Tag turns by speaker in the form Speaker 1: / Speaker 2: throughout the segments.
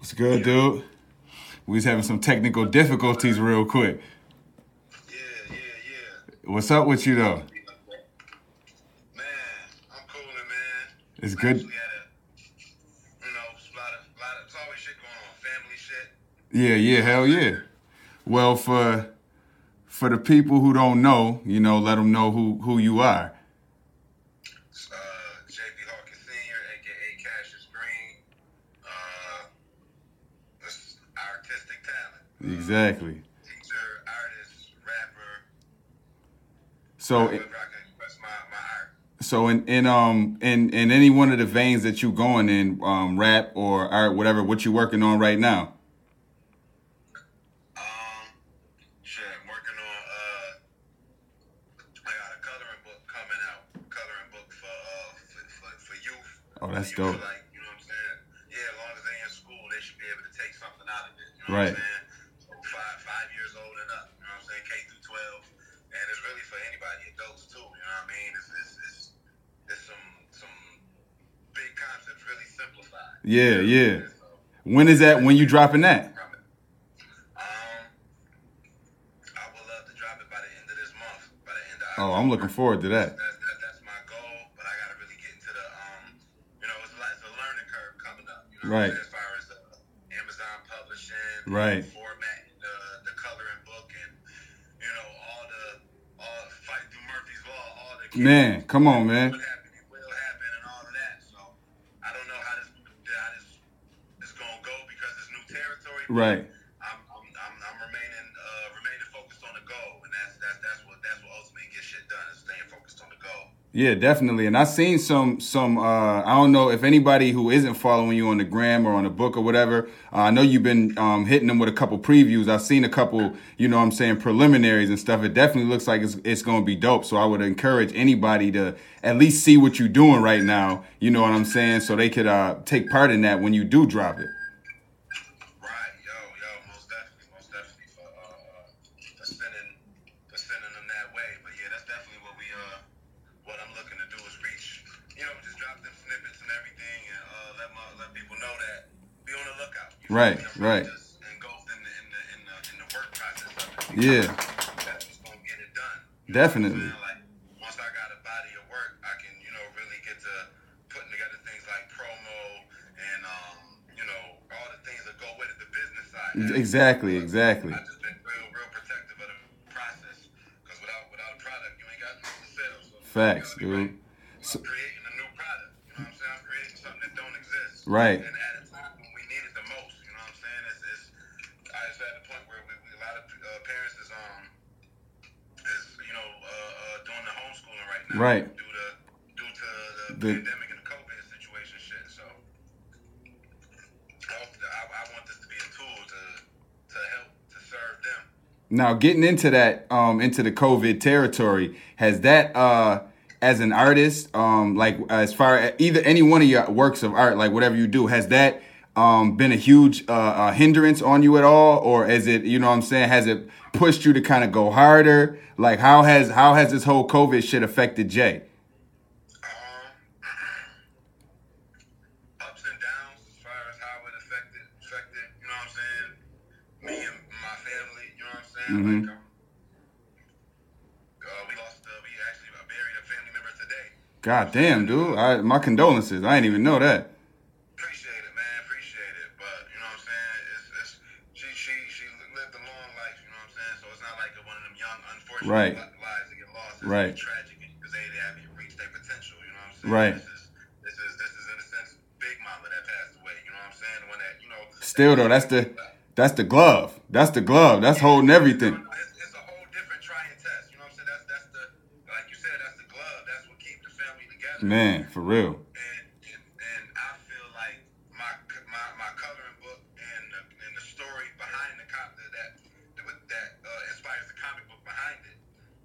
Speaker 1: It's good, dude. We was having some technical difficulties real quick.
Speaker 2: Yeah, yeah, yeah.
Speaker 1: What's up with you though?
Speaker 2: Man, I'm cooling, man.
Speaker 1: It's good.
Speaker 2: We had a, you know, it's a lot of, lot of, it's always shit going on, family shit.
Speaker 1: Yeah, yeah, hell yeah. Well, for for the people who don't know, you know, let them know who who you are.
Speaker 2: It's, Uh, JP Hawkins Sr., aka Cassius Green. Uh, this artistic talent.
Speaker 1: Mm. Exactly.
Speaker 2: Teacher, artist, rapper.
Speaker 1: So
Speaker 2: However, I can express my, my art.
Speaker 1: so in in um in in any one of the veins that you going in, um, rap or art, whatever, what you working on right now?
Speaker 2: Um, shit, I'm working on, uh, I got a coloring book coming out. Coloring book for, uh, for, for, for youth.
Speaker 1: Oh, that's
Speaker 2: For youth,
Speaker 1: dope.
Speaker 2: Like, you know what I'm saying? Yeah, as long as they in school, they should be able to take something out of it. You know
Speaker 1: Right.
Speaker 2: what I'm saying? So five, five years old and up. You know what I'm saying? K through 12. And it's really for anybody, adults too. You know what I mean? It's, it's, it's, it's some, some big concepts really simplified.
Speaker 1: Yeah, yeah.
Speaker 2: So,
Speaker 1: When is that? When you dropping that?
Speaker 2: coming. Um, I would love to drop it by the end of this month, by the end of
Speaker 1: Oh, I'm looking forward to that.
Speaker 2: That's, that, that's my goal, but I gotta really get into the, um, you know, it's like it's a learning curve coming up. You know,
Speaker 1: Right.
Speaker 2: As far as the Amazon publishing,
Speaker 1: Right.
Speaker 2: format, the the coloring book, and you know all the all fight through Murphy's law, all the
Speaker 1: Man, come on, man.
Speaker 2: what happened, it will happen, and all of that. So I don't know how this how this is gonna go because it's new territory. but
Speaker 1: Right.
Speaker 2: I'm I'm, I'm, I'm remaining uh, remaining focused on the goal, and that's that's that's what that's what ultimately gets shit done is staying focused on the goal.
Speaker 1: Yeah, definitely. And I seen some some uh I don't know if anybody who isn't following you on the gram or on the book or whatever, uh, I know you've been um hitting them with a couple previews. I've seen a couple, you know what I'm saying, preliminaries and stuff. It definitely looks like it's it's going to be dope. So I would encourage anybody to at least see what you're doing right now, you know what I'm saying, so they could uh take part in that when you do drop it.
Speaker 2: Right, yo, yo, most definitely, most definitely for uh, for sending for sending them that way. But yeah, that's definitely what we uh what I'm looking to do is reach, you know, just drop them snippets and everything, and uh, let my let people know that be on the lookout. you feel
Speaker 1: Right,
Speaker 2: me? I'm
Speaker 1: right.
Speaker 2: Just engulfed in the in the in the, in the work process of it.
Speaker 1: Yeah.
Speaker 2: That's what's gonna get it done. You know what I'm
Speaker 1: Definitely.
Speaker 2: saying? Like once I got a body of work, I can you know really get to putting together things like promo and um you know all the things that go with it, the business side.
Speaker 1: e-, Exactly, exactly.
Speaker 2: I've just been real, real protective of the process because without without a product, you ain't got nothing to sell. So
Speaker 1: Facts,
Speaker 2: you
Speaker 1: dude.
Speaker 2: gotta be right. I'm creating a new product. You know what I'm saying? I'm creating something that don't exist.
Speaker 1: Right.
Speaker 2: And at a time when we need it the most. You know what I'm saying? It's, it's I just at the point where we, we a lot of uh, parents is um is you know uh, uh, doing the homeschooling right now.
Speaker 1: Right.
Speaker 2: Due to due to the,
Speaker 1: The-
Speaker 2: pandemic and the COVID situation shit. So. I, hope that- I, I want this to be a tool to to help to serve them.
Speaker 1: Now, getting into that, um, into the COVID territory, has that, uh, as an artist, um, like as far as either any one of your works of art, like whatever you do, has that, um, been a huge, uh, uh hindrance on you at all? Or is it, you know what I'm saying? Has it pushed you to kind of go harder? Like how has, how has this whole COVID shit affected Jay?
Speaker 2: Um, ups and downs as far as how it affected, affected, you know what I'm saying? Me and my family, you know what I'm saying?
Speaker 1: Mhm.
Speaker 2: Like, um, uh, we lost, uh, we actually buried a family member today.
Speaker 1: God damn, dude. I, my condolences. I didn't even know that.
Speaker 2: Appreciate it, man. Appreciate it. But you know what I'm saying? It's, it's she she she lived a long life. You know what I'm saying? So it's not like one of them young, unfortunate
Speaker 1: Right.
Speaker 2: li- lives that get lost. It's
Speaker 1: Right.
Speaker 2: Tragic because they haven't even reached their potential. You know what I'm saying?
Speaker 1: Right.
Speaker 2: This is this is this is in a sense Big Mama that passed away. You know what I'm saying? The one that you know.
Speaker 1: Still though, that's the, that's the glove. That's the glove. That's holding everything.
Speaker 2: It's, it's a whole different try and test. You know what I'm saying? That's that's the like you said. That's the glove. That's what keeps the family together.
Speaker 1: Man, for real.
Speaker 2: and and, and I feel like my c- my, my coloring book and the, and the story behind the cop that that that uh, inspires the comic book behind it.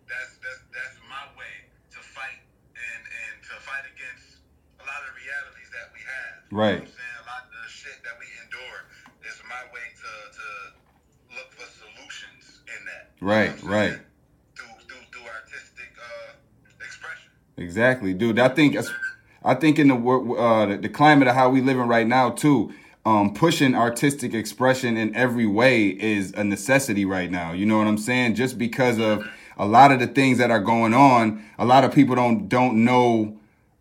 Speaker 2: That's that's that's my way to fight and and to fight against a lot of the realities that we have. You know
Speaker 1: Right.
Speaker 2: what I'm saying a lot of the shit that we endure is my way to to look for solutions in that. You know
Speaker 1: Right,
Speaker 2: what I'm saying?
Speaker 1: right.
Speaker 2: Through through through artistic uh, expression.
Speaker 1: Exactly, dude. I think I think in the wor- uh, the climate of how we living right now too. um, pushing artistic expression in every way is a necessity right now. You know what I'm saying? Just because of a lot of the things that are going on, a lot of people don't don't know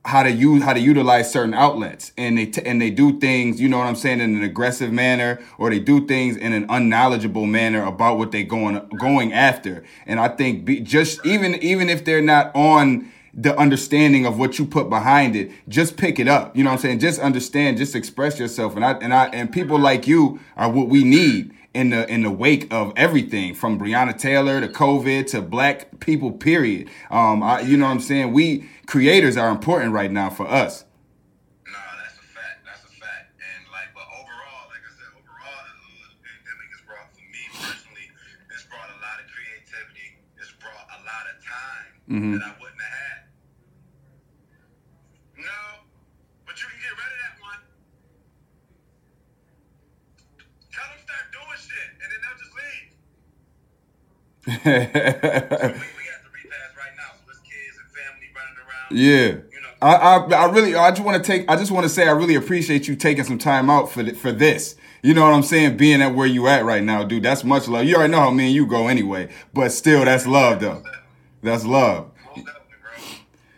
Speaker 1: how to use how to utilize certain outlets and they t- and they do things you know what i'm saying in an aggressive manner or they do things in an unknowledgeable manner about what they're going going after and i think be, just even even if they're not on the understanding of what you put behind it just pick it up you know what i'm saying just understand just express yourself and i and i and people like you are what we need in the in the wake of everything from Breonna Taylor to COVID to black people period um I, you know what I'm saying we creators are important right now for us
Speaker 2: No, that's a fact. That's a fact. And like, but overall, like I said, overall, the pandemic has brought, for me personally, it's brought a lot of creativity. It's brought a lot of time that I wouldn't have had. No, but you can get rid of that one. Tell them start doing shit, and then they'll just
Speaker 1: yeah
Speaker 2: leave. We, we have to repass right now, so it's kids and family running around. You know,
Speaker 1: I, I I really I just want to take I just want to say I really appreciate you taking some time out for th- for this. You know what I'm saying? Being at where you at right now, dude. That's much love. You already know how me and you go anyway, but still, that's love though. That's love.
Speaker 2: most definitely, bro.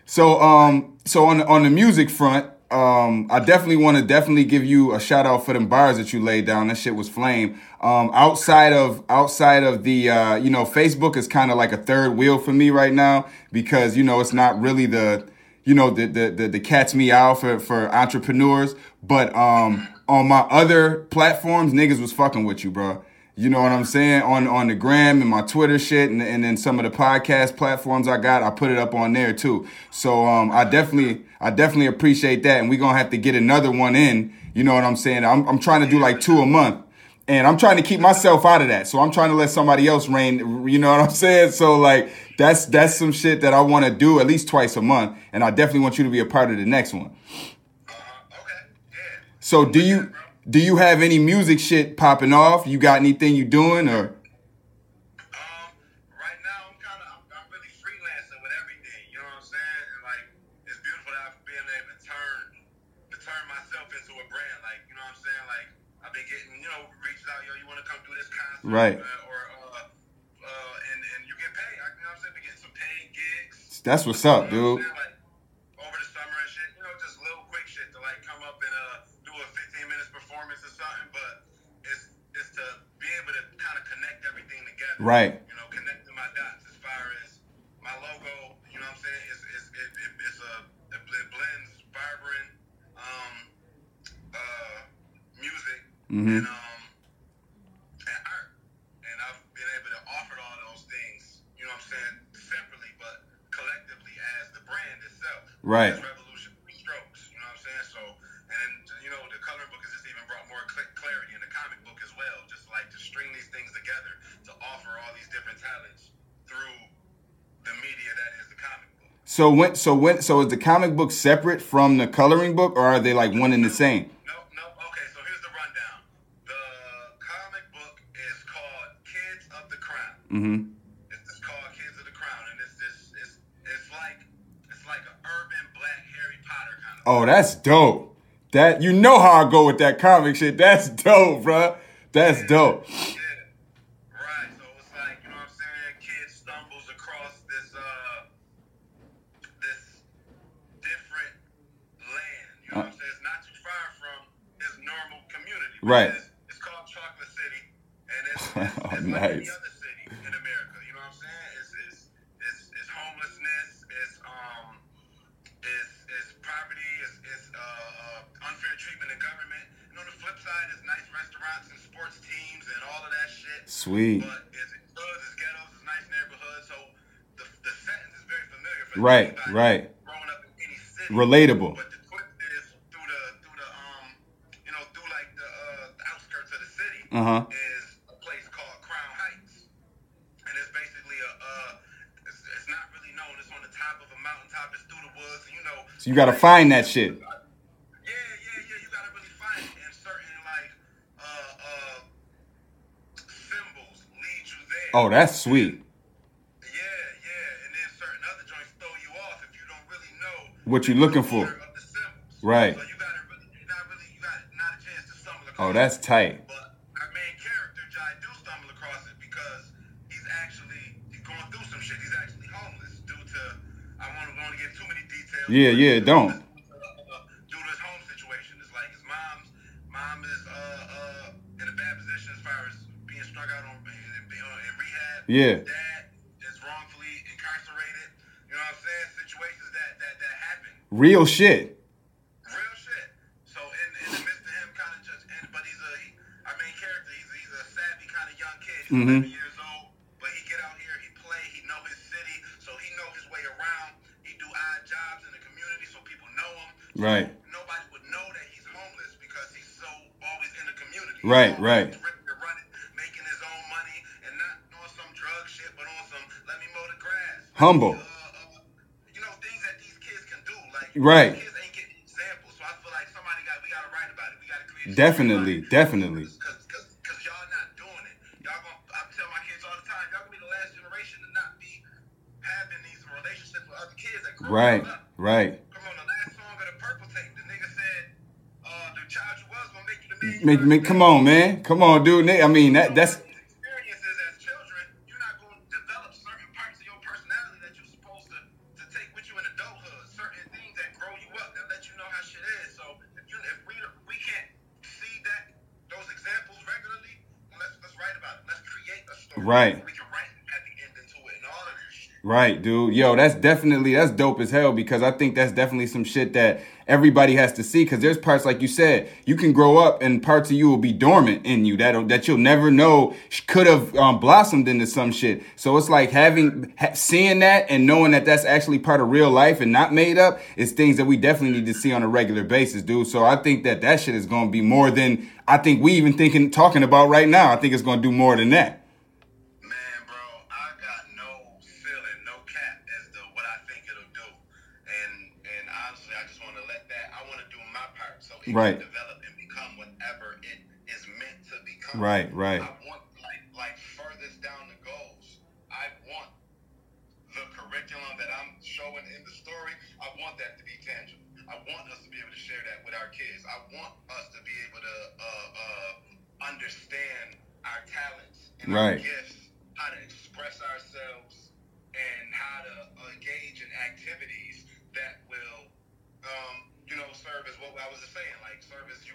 Speaker 1: So um so on on the music front, um I definitely want to definitely give you a shout out for them bars that you laid down. That shit was flame. Um outside of outside of the uh you know Facebook is kind of like a third wheel for me right now because you know it's not really the you know the the the, the cat's meow for for entrepreneurs, but um on my other platforms niggas was fucking with you, bro. You know what I'm saying? On on the gram and my Twitter shit and, and then some of the podcast platforms I got, I put it up on there too. So um I definitely I definitely appreciate that and we're gonna have to get another one in. You know what I'm saying? I'm I'm trying to do like two a month. And I'm trying to keep myself out of that. So I'm trying to let somebody else reign, you know what I'm saying? So like that's that's some shit that I wanna do at least twice a month. And I definitely want you to be a part of the next one.
Speaker 2: Uh-huh. Okay. Yeah.
Speaker 1: So do you do you have any music shit popping off? You got anything you doing or
Speaker 2: Um, right now I'm kind of I'm, I'm really freelancing with everything. You know what I'm saying? And like it's beautiful that I've been able to turn to turn myself into a brand. Like you know what I'm saying? Like I've been getting you know reached out. Yo, you want to come do this concert?
Speaker 1: Right.
Speaker 2: Uh, or uh, uh, and and you get paid. I, you know what I'm saying? Been getting some paid gigs.
Speaker 1: That's what's up,
Speaker 2: You know
Speaker 1: dude.
Speaker 2: what I'm saying? Like over the summer and shit. You know, just little quick shit to like come up and uh do a 15 minutes performance or something. But it's it's to be able to kind of connect everything together
Speaker 1: Right.
Speaker 2: you know, connecting my dots as far as my logo, you know what I'm saying? It's, it's, it, it, it's a, it bl- blends vibrant um, uh, music
Speaker 1: Mhm.
Speaker 2: and, um, and art. And I've been able to offer all those things, you know what I'm saying, separately, but collectively as the brand itself.
Speaker 1: Right.
Speaker 2: It's revolution strokes, you know what I'm saying? So, and then, you know, the coloring book has just even brought more cl- clarity in the comic book as well, just like to string these things together to offer all these different talents through the media that is the comic book.
Speaker 1: So when so when so is the comic book separate from the coloring book or are they like one and the same?
Speaker 2: No, no. Okay, so here's the rundown. The comic book is called Kids of the Crown.
Speaker 1: Mm-hmm.
Speaker 2: It's just called Kids of the Crown, and it's this, it's, it's like, it's like an urban black Harry Potter kind of.
Speaker 1: Oh, that's dope. That you know how I go with that comic shit. That's dope, bruh. That's dope.
Speaker 2: Yeah. Right. So it's like, you know what I'm saying? Kid stumbles across this uh this different land. You know what I'm saying? It's not too far from his normal community. which
Speaker 1: Right. Oh,
Speaker 2: is- it's called Chocolate City. And it's, it's, it's like
Speaker 1: Nice.
Speaker 2: any other city in America. You know what I'm saying? It's it's it's, it's homelessness, it's um is is poverty, is is uh, uh, unfair treatment in government. And on the flip side, is nice restaurants and sports teams and all of that shit.
Speaker 1: Sweet.
Speaker 2: But it's it's hoods, it's ghettos, it's nice neighborhoods. So the the sentence is very familiar for
Speaker 1: Right,
Speaker 2: anybody
Speaker 1: right.
Speaker 2: Growing up in any city,
Speaker 1: Relatable.
Speaker 2: But the twist is through the through the um you know through like the, uh, the outskirts of the city
Speaker 1: Uh-huh.
Speaker 2: is a place called Crown Heights and it's basically a uh, it's, it's not really known. It's on the top of a mountaintop. It's through the woods. You know.
Speaker 1: So you gotta find that shit.
Speaker 2: Yeah, yeah, yeah. You gotta really find it. And certain like uh, uh, symbols lead you there.
Speaker 1: Oh, that's sweet.
Speaker 2: Yeah, yeah. And then certain other joints throw you off if you don't really know
Speaker 1: What you looking
Speaker 2: the order
Speaker 1: for.
Speaker 2: of the symbols.
Speaker 1: Right.
Speaker 2: So you gotta really, you're not really, you got not a chance to stumble
Speaker 1: Oh, that's tight.
Speaker 2: But our main character, Jai, do stumble across it because he's actually he's going through some shit. He's actually homeless due to I want to want to get too many details.
Speaker 1: Yeah,
Speaker 2: but
Speaker 1: yeah,
Speaker 2: due to
Speaker 1: don't.
Speaker 2: his- uh, Due to his home situation, it's like his mom's mom is uh, uh, in a bad position as far as being strung out on in, in rehab.
Speaker 1: Yeah.
Speaker 2: His dad is wrongfully incarcerated. You know what I'm saying? Situations that that that happen.
Speaker 1: Real shit.
Speaker 2: Real shit. So in, in the midst of him kind of just, and, but he's a, he, our main character, he's, he's a savvy kind of young kid. He's
Speaker 1: Mhm.
Speaker 2: 11 years old, but he get out here, he play, he know his city, so he know his way around. He do odd jobs in the community so people know him. So
Speaker 1: Right.
Speaker 2: Nobody would know that he's homeless because he's so always in the community.
Speaker 1: Right,
Speaker 2: He's
Speaker 1: right.
Speaker 2: always ripping and running, making his own money, and not on some drug shit, but on some let me mow the grass.
Speaker 1: Humble.
Speaker 2: Uh, uh, you know things that these kids can do, like
Speaker 1: Right.
Speaker 2: Kids ain't getting examples, so I feel like somebody got we gotta write about it. We gotta create.
Speaker 1: Definitely, definitely.
Speaker 2: Because because y'all not doing it. Y'all gonna I tell my kids all the time. Y'all gonna be the last generation to not be having these relationships with other kids that grow
Speaker 1: Right,
Speaker 2: up.
Speaker 1: right.
Speaker 2: Come on, the last song of the Purple Tape, the nigga said, uh, "The child you was gonna make you the man." you
Speaker 1: Make,
Speaker 2: were."
Speaker 1: make, come on, man. Come on, dude. Nick, I mean, that that's
Speaker 2: experiences as children, you're not going to develop certain parts of your personality that you're supposed to, to take with you in adulthood. Certain things that grow you up that let you know how shit is. So if you if we we can't see that those examples regularly, let's let's write about it. Let's create a story.
Speaker 1: Right.
Speaker 2: We can write at the end into it and all of this shit.
Speaker 1: Right, dude. Yo, that's definitely that's dope as hell because I think that's definitely some shit that everybody has to see because there's parts like you said you can grow up and parts of you will be dormant in you that that you'll never know sh- could have um, blossomed into some shit. So it's like having ha- seeing that and knowing that that's actually part of real life and not made up is things that we definitely need to see on a regular basis, dude. So I think that that shit is gonna be more than I think we even thinking talking about right now. I think it's gonna do more than that.
Speaker 2: Man, bro, I got no feeling, no cap as to what I think it'll do. And and honestly, I just want to let that. I want to do my part so it
Speaker 1: Right.
Speaker 2: can develop and become whatever it is meant to become.
Speaker 1: Right, right.
Speaker 2: I want like like furthest down the goals. I want the curriculum that I'm showing in the story, I want that to be tangible. I want us to be able to share that with our kids. I want us to be able to uh, uh, understand our talents and
Speaker 1: Right.
Speaker 2: our gifts, how to express ourselves, and how to engage in activities that will, um, you know, serve as what I was just saying, like serve as you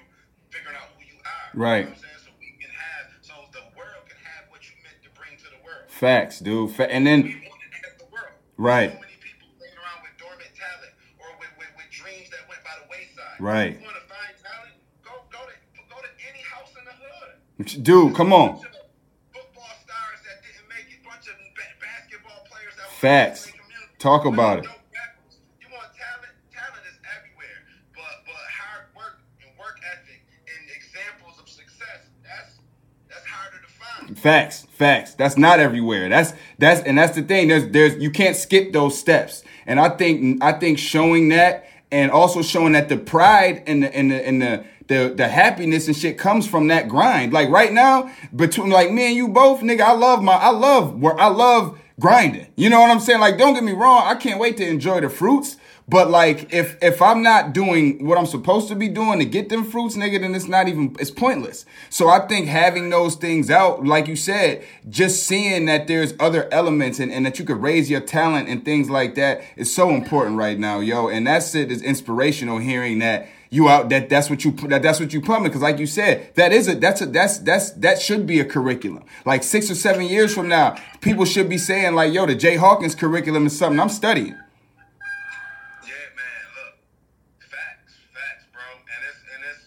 Speaker 2: figuring out who you are.
Speaker 1: Right.
Speaker 2: You know what I'm saying? So we can have, so the world can have what you meant to bring to the world.
Speaker 1: Facts, dude. Fa- and then
Speaker 2: We want to help the world.
Speaker 1: Right.
Speaker 2: So many people running around with dormant talent or with, with, with dreams that went by the wayside.
Speaker 1: Right.
Speaker 2: You want to find talent? Go go to go to any house in the hood.
Speaker 1: dude, come on.
Speaker 2: Bunch of Football stars that didn't make it. Bunch of ba- basketball players that were
Speaker 1: Facts.
Speaker 2: in the community.
Speaker 1: Talk
Speaker 2: Bunch
Speaker 1: about
Speaker 2: of
Speaker 1: it.
Speaker 2: dope rappers. You want talent? Talent is everywhere. But but hard work and work ethic and examples of success. That's that's harder to find.
Speaker 1: Facts, facts. That's not everywhere. That's that's and that's the thing. There's there's you can't skip those steps. And I think I think showing that and also showing that the pride and the and the and the the, the happiness and shit comes from that grind. Like right now, between like me and you both, nigga, I love my I love where I love grinding. You know what I'm saying? Like don't get me wrong, I can't wait to enjoy the fruits. But like if if I'm not doing what I'm supposed to be doing to get them fruits, nigga, then it's not even it's pointless. So I think having those things out, like you said, just seeing that there's other elements and, and that you could raise your talent and things like that is so important right now, yo. And that shit is inspirational hearing that you out that that's what you that that's what you plumbing because like you said that is a that's a that's that's that should be a curriculum like six or seven years from now people should be saying like yo the jay hawkins curriculum is something i'm studying
Speaker 2: Yeah, man. Look, facts, facts, bro. And it's and it's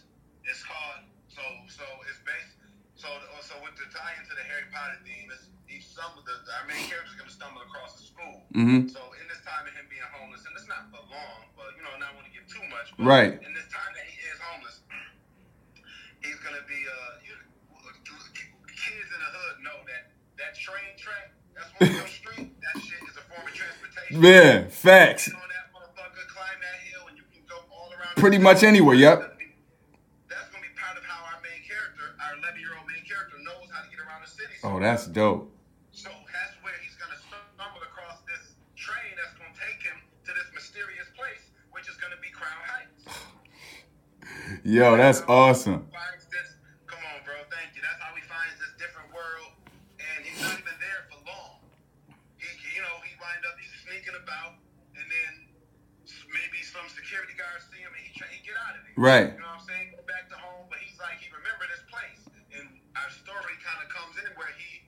Speaker 2: it's hard. So so it's based. So so with the tie into the Harry Potter theme, it's each some of the our main character's gonna stumble across a school. So in this time of him being homeless, and it's not for long, but you know, not want to give too much. But
Speaker 1: Right.
Speaker 2: In this time that he is homeless, he's gonna be uh, you, kids in the hood know that that train track. That's one of your street. That shit is a form of transportation.
Speaker 1: yeah facts
Speaker 2: Get on that motherfucker, climb that hill, and you can go all around.
Speaker 1: Pretty much anywhere, yep.
Speaker 2: That's gonna be part of how our main character, our 11 year old main character, knows how to get around the city.
Speaker 1: oh that's dope
Speaker 2: So that's where he's gonna stumble across this train that's gonna take him to this mysterious place, which is gonna be Crown Heights.
Speaker 1: Yo, that's awesome.
Speaker 2: Finds this, Come on, bro. Thank you. That's how he finds this different world, and he's not even there for long. He, you know, he wind up he's sneaking about, and then maybe some security guards see him and he try he get out of there.
Speaker 1: Right.
Speaker 2: You know what I'm saying? Go back to home, but he's like he remembered this place, and our story kind of comes in where he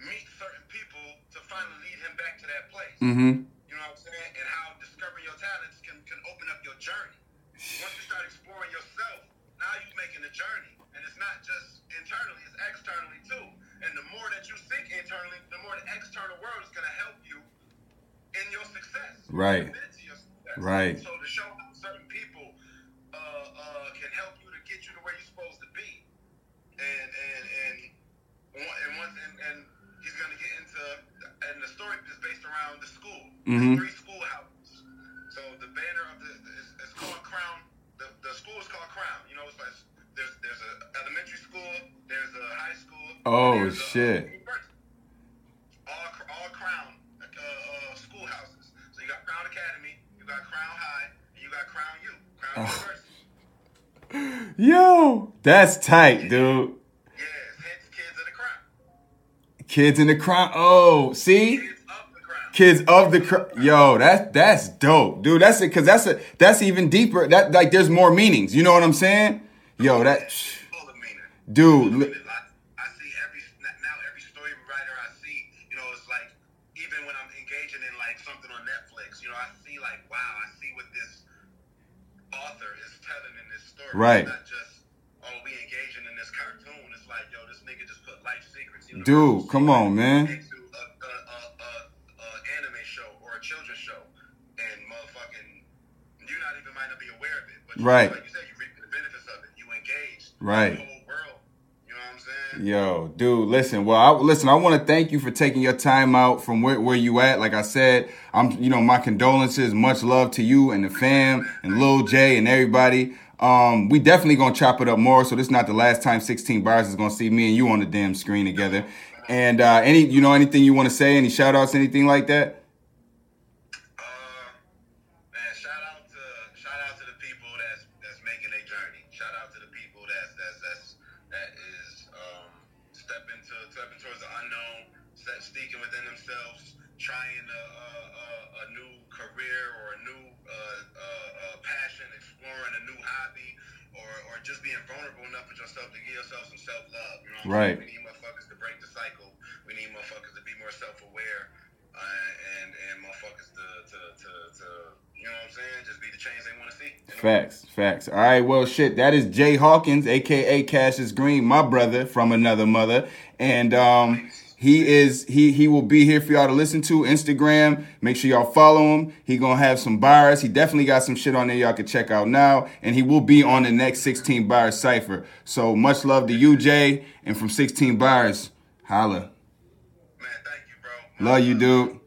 Speaker 2: meets certain people to finally lead him back to that place.
Speaker 1: Mm-hmm.
Speaker 2: You know what I'm saying? And how discovering your talents can, can open up your journey. Once you start exploring yourself, now you're making a journey. And it's not just internally, it's externally too. And the more that you think internally, the more the external world is going to help you in your success.
Speaker 1: Right.
Speaker 2: Committed to your success.
Speaker 1: Right.
Speaker 2: So to show how certain people uh, uh, can help you to get you to where you're supposed to be. And, and, and one- and once and, and he's gonna get into and the story is based around the school,
Speaker 1: Mhm.
Speaker 2: the three schoolhouses. So the banner of the is, is called Crown. The, the school is called Crown. You know, it's like there's there's a elementary school, there's a high school.
Speaker 1: Oh,
Speaker 2: there's a
Speaker 1: shit.
Speaker 2: university. all cr- all Crown uh, uh, schoolhouses. So you got Crown Academy, you got Crown High, and you got Crown U, Crown University.
Speaker 1: Yo, that's tight, dude.
Speaker 2: Yes, hence kids of the crown,
Speaker 1: Kids in the crown. Oh, see,
Speaker 2: kids of the crown.
Speaker 1: kids of the crown. Yo, that's that's dope, dude. That's it, cause that's a that's even deeper. That like there's more meanings. You know what I'm saying? Yo, that
Speaker 2: Full of meaning.
Speaker 1: dude.
Speaker 2: I,
Speaker 1: li-
Speaker 2: I see every now every story writer I see, you know, it's like even when I'm engaging in like something on Netflix, you know, I see like wow, I see what this author is telling in this story.
Speaker 1: Right.
Speaker 2: It's not just oh we engaging in this cartoon. It's like yo, this nigga just put life secrets, you know,
Speaker 1: Dude, come on, man.
Speaker 2: into a, a, a, a, a anime show or a children's show, and motherfucking, you not even might not be aware of it, but you,
Speaker 1: Right.
Speaker 2: like you said, you reap the benefits of it. You engage
Speaker 1: Right.
Speaker 2: the whole world. You know what I'm saying?
Speaker 1: Yo, dude, listen. Well, I, listen. I want to thank you for taking your time out from where, where you at. Like I said, I'm. You know, my condolences. Much love to you and the fam and Lil J and everybody. Um, we definitely gonna chop it up more. So this is not the last time 16 bars is gonna see me and you on the damn screen together. And uh, any, you know, anything you want to say, any shout outs, anything like that.
Speaker 2: Uh, man, shout out to shout out to the people that's that's making their journey. Shout out to the people that's that's that's that is um, stepping to stepping towards the unknown, set, speaking within themselves, trying a, a, a, a new career or a new uh, uh, uh, passion, exploring a new hobby, or, or just being vulnerable enough with yourself to give yourself some self love. You know what I'm
Speaker 1: Right.
Speaker 2: saying? We need motherfuckers to break the cycle. We need motherfuckers to be more self aware uh, and and motherfuckers to, to, to, to you know what I'm saying? Just be the change they want to see.
Speaker 1: Facts, facts. All right, well, shit. That is Jay Hawkins, aka Cassius Green, my brother from another mother, and um, he is he he will be here for y'all to listen to. Instagram, make sure y'all follow him. He gonna have some bars. He definitely got some shit on there y'all can check out now, and he will be on the next 16 bars cipher. So much love to you, Jay, and from 16 bars, holla.
Speaker 2: Man, thank you, bro.
Speaker 1: Love you, dude.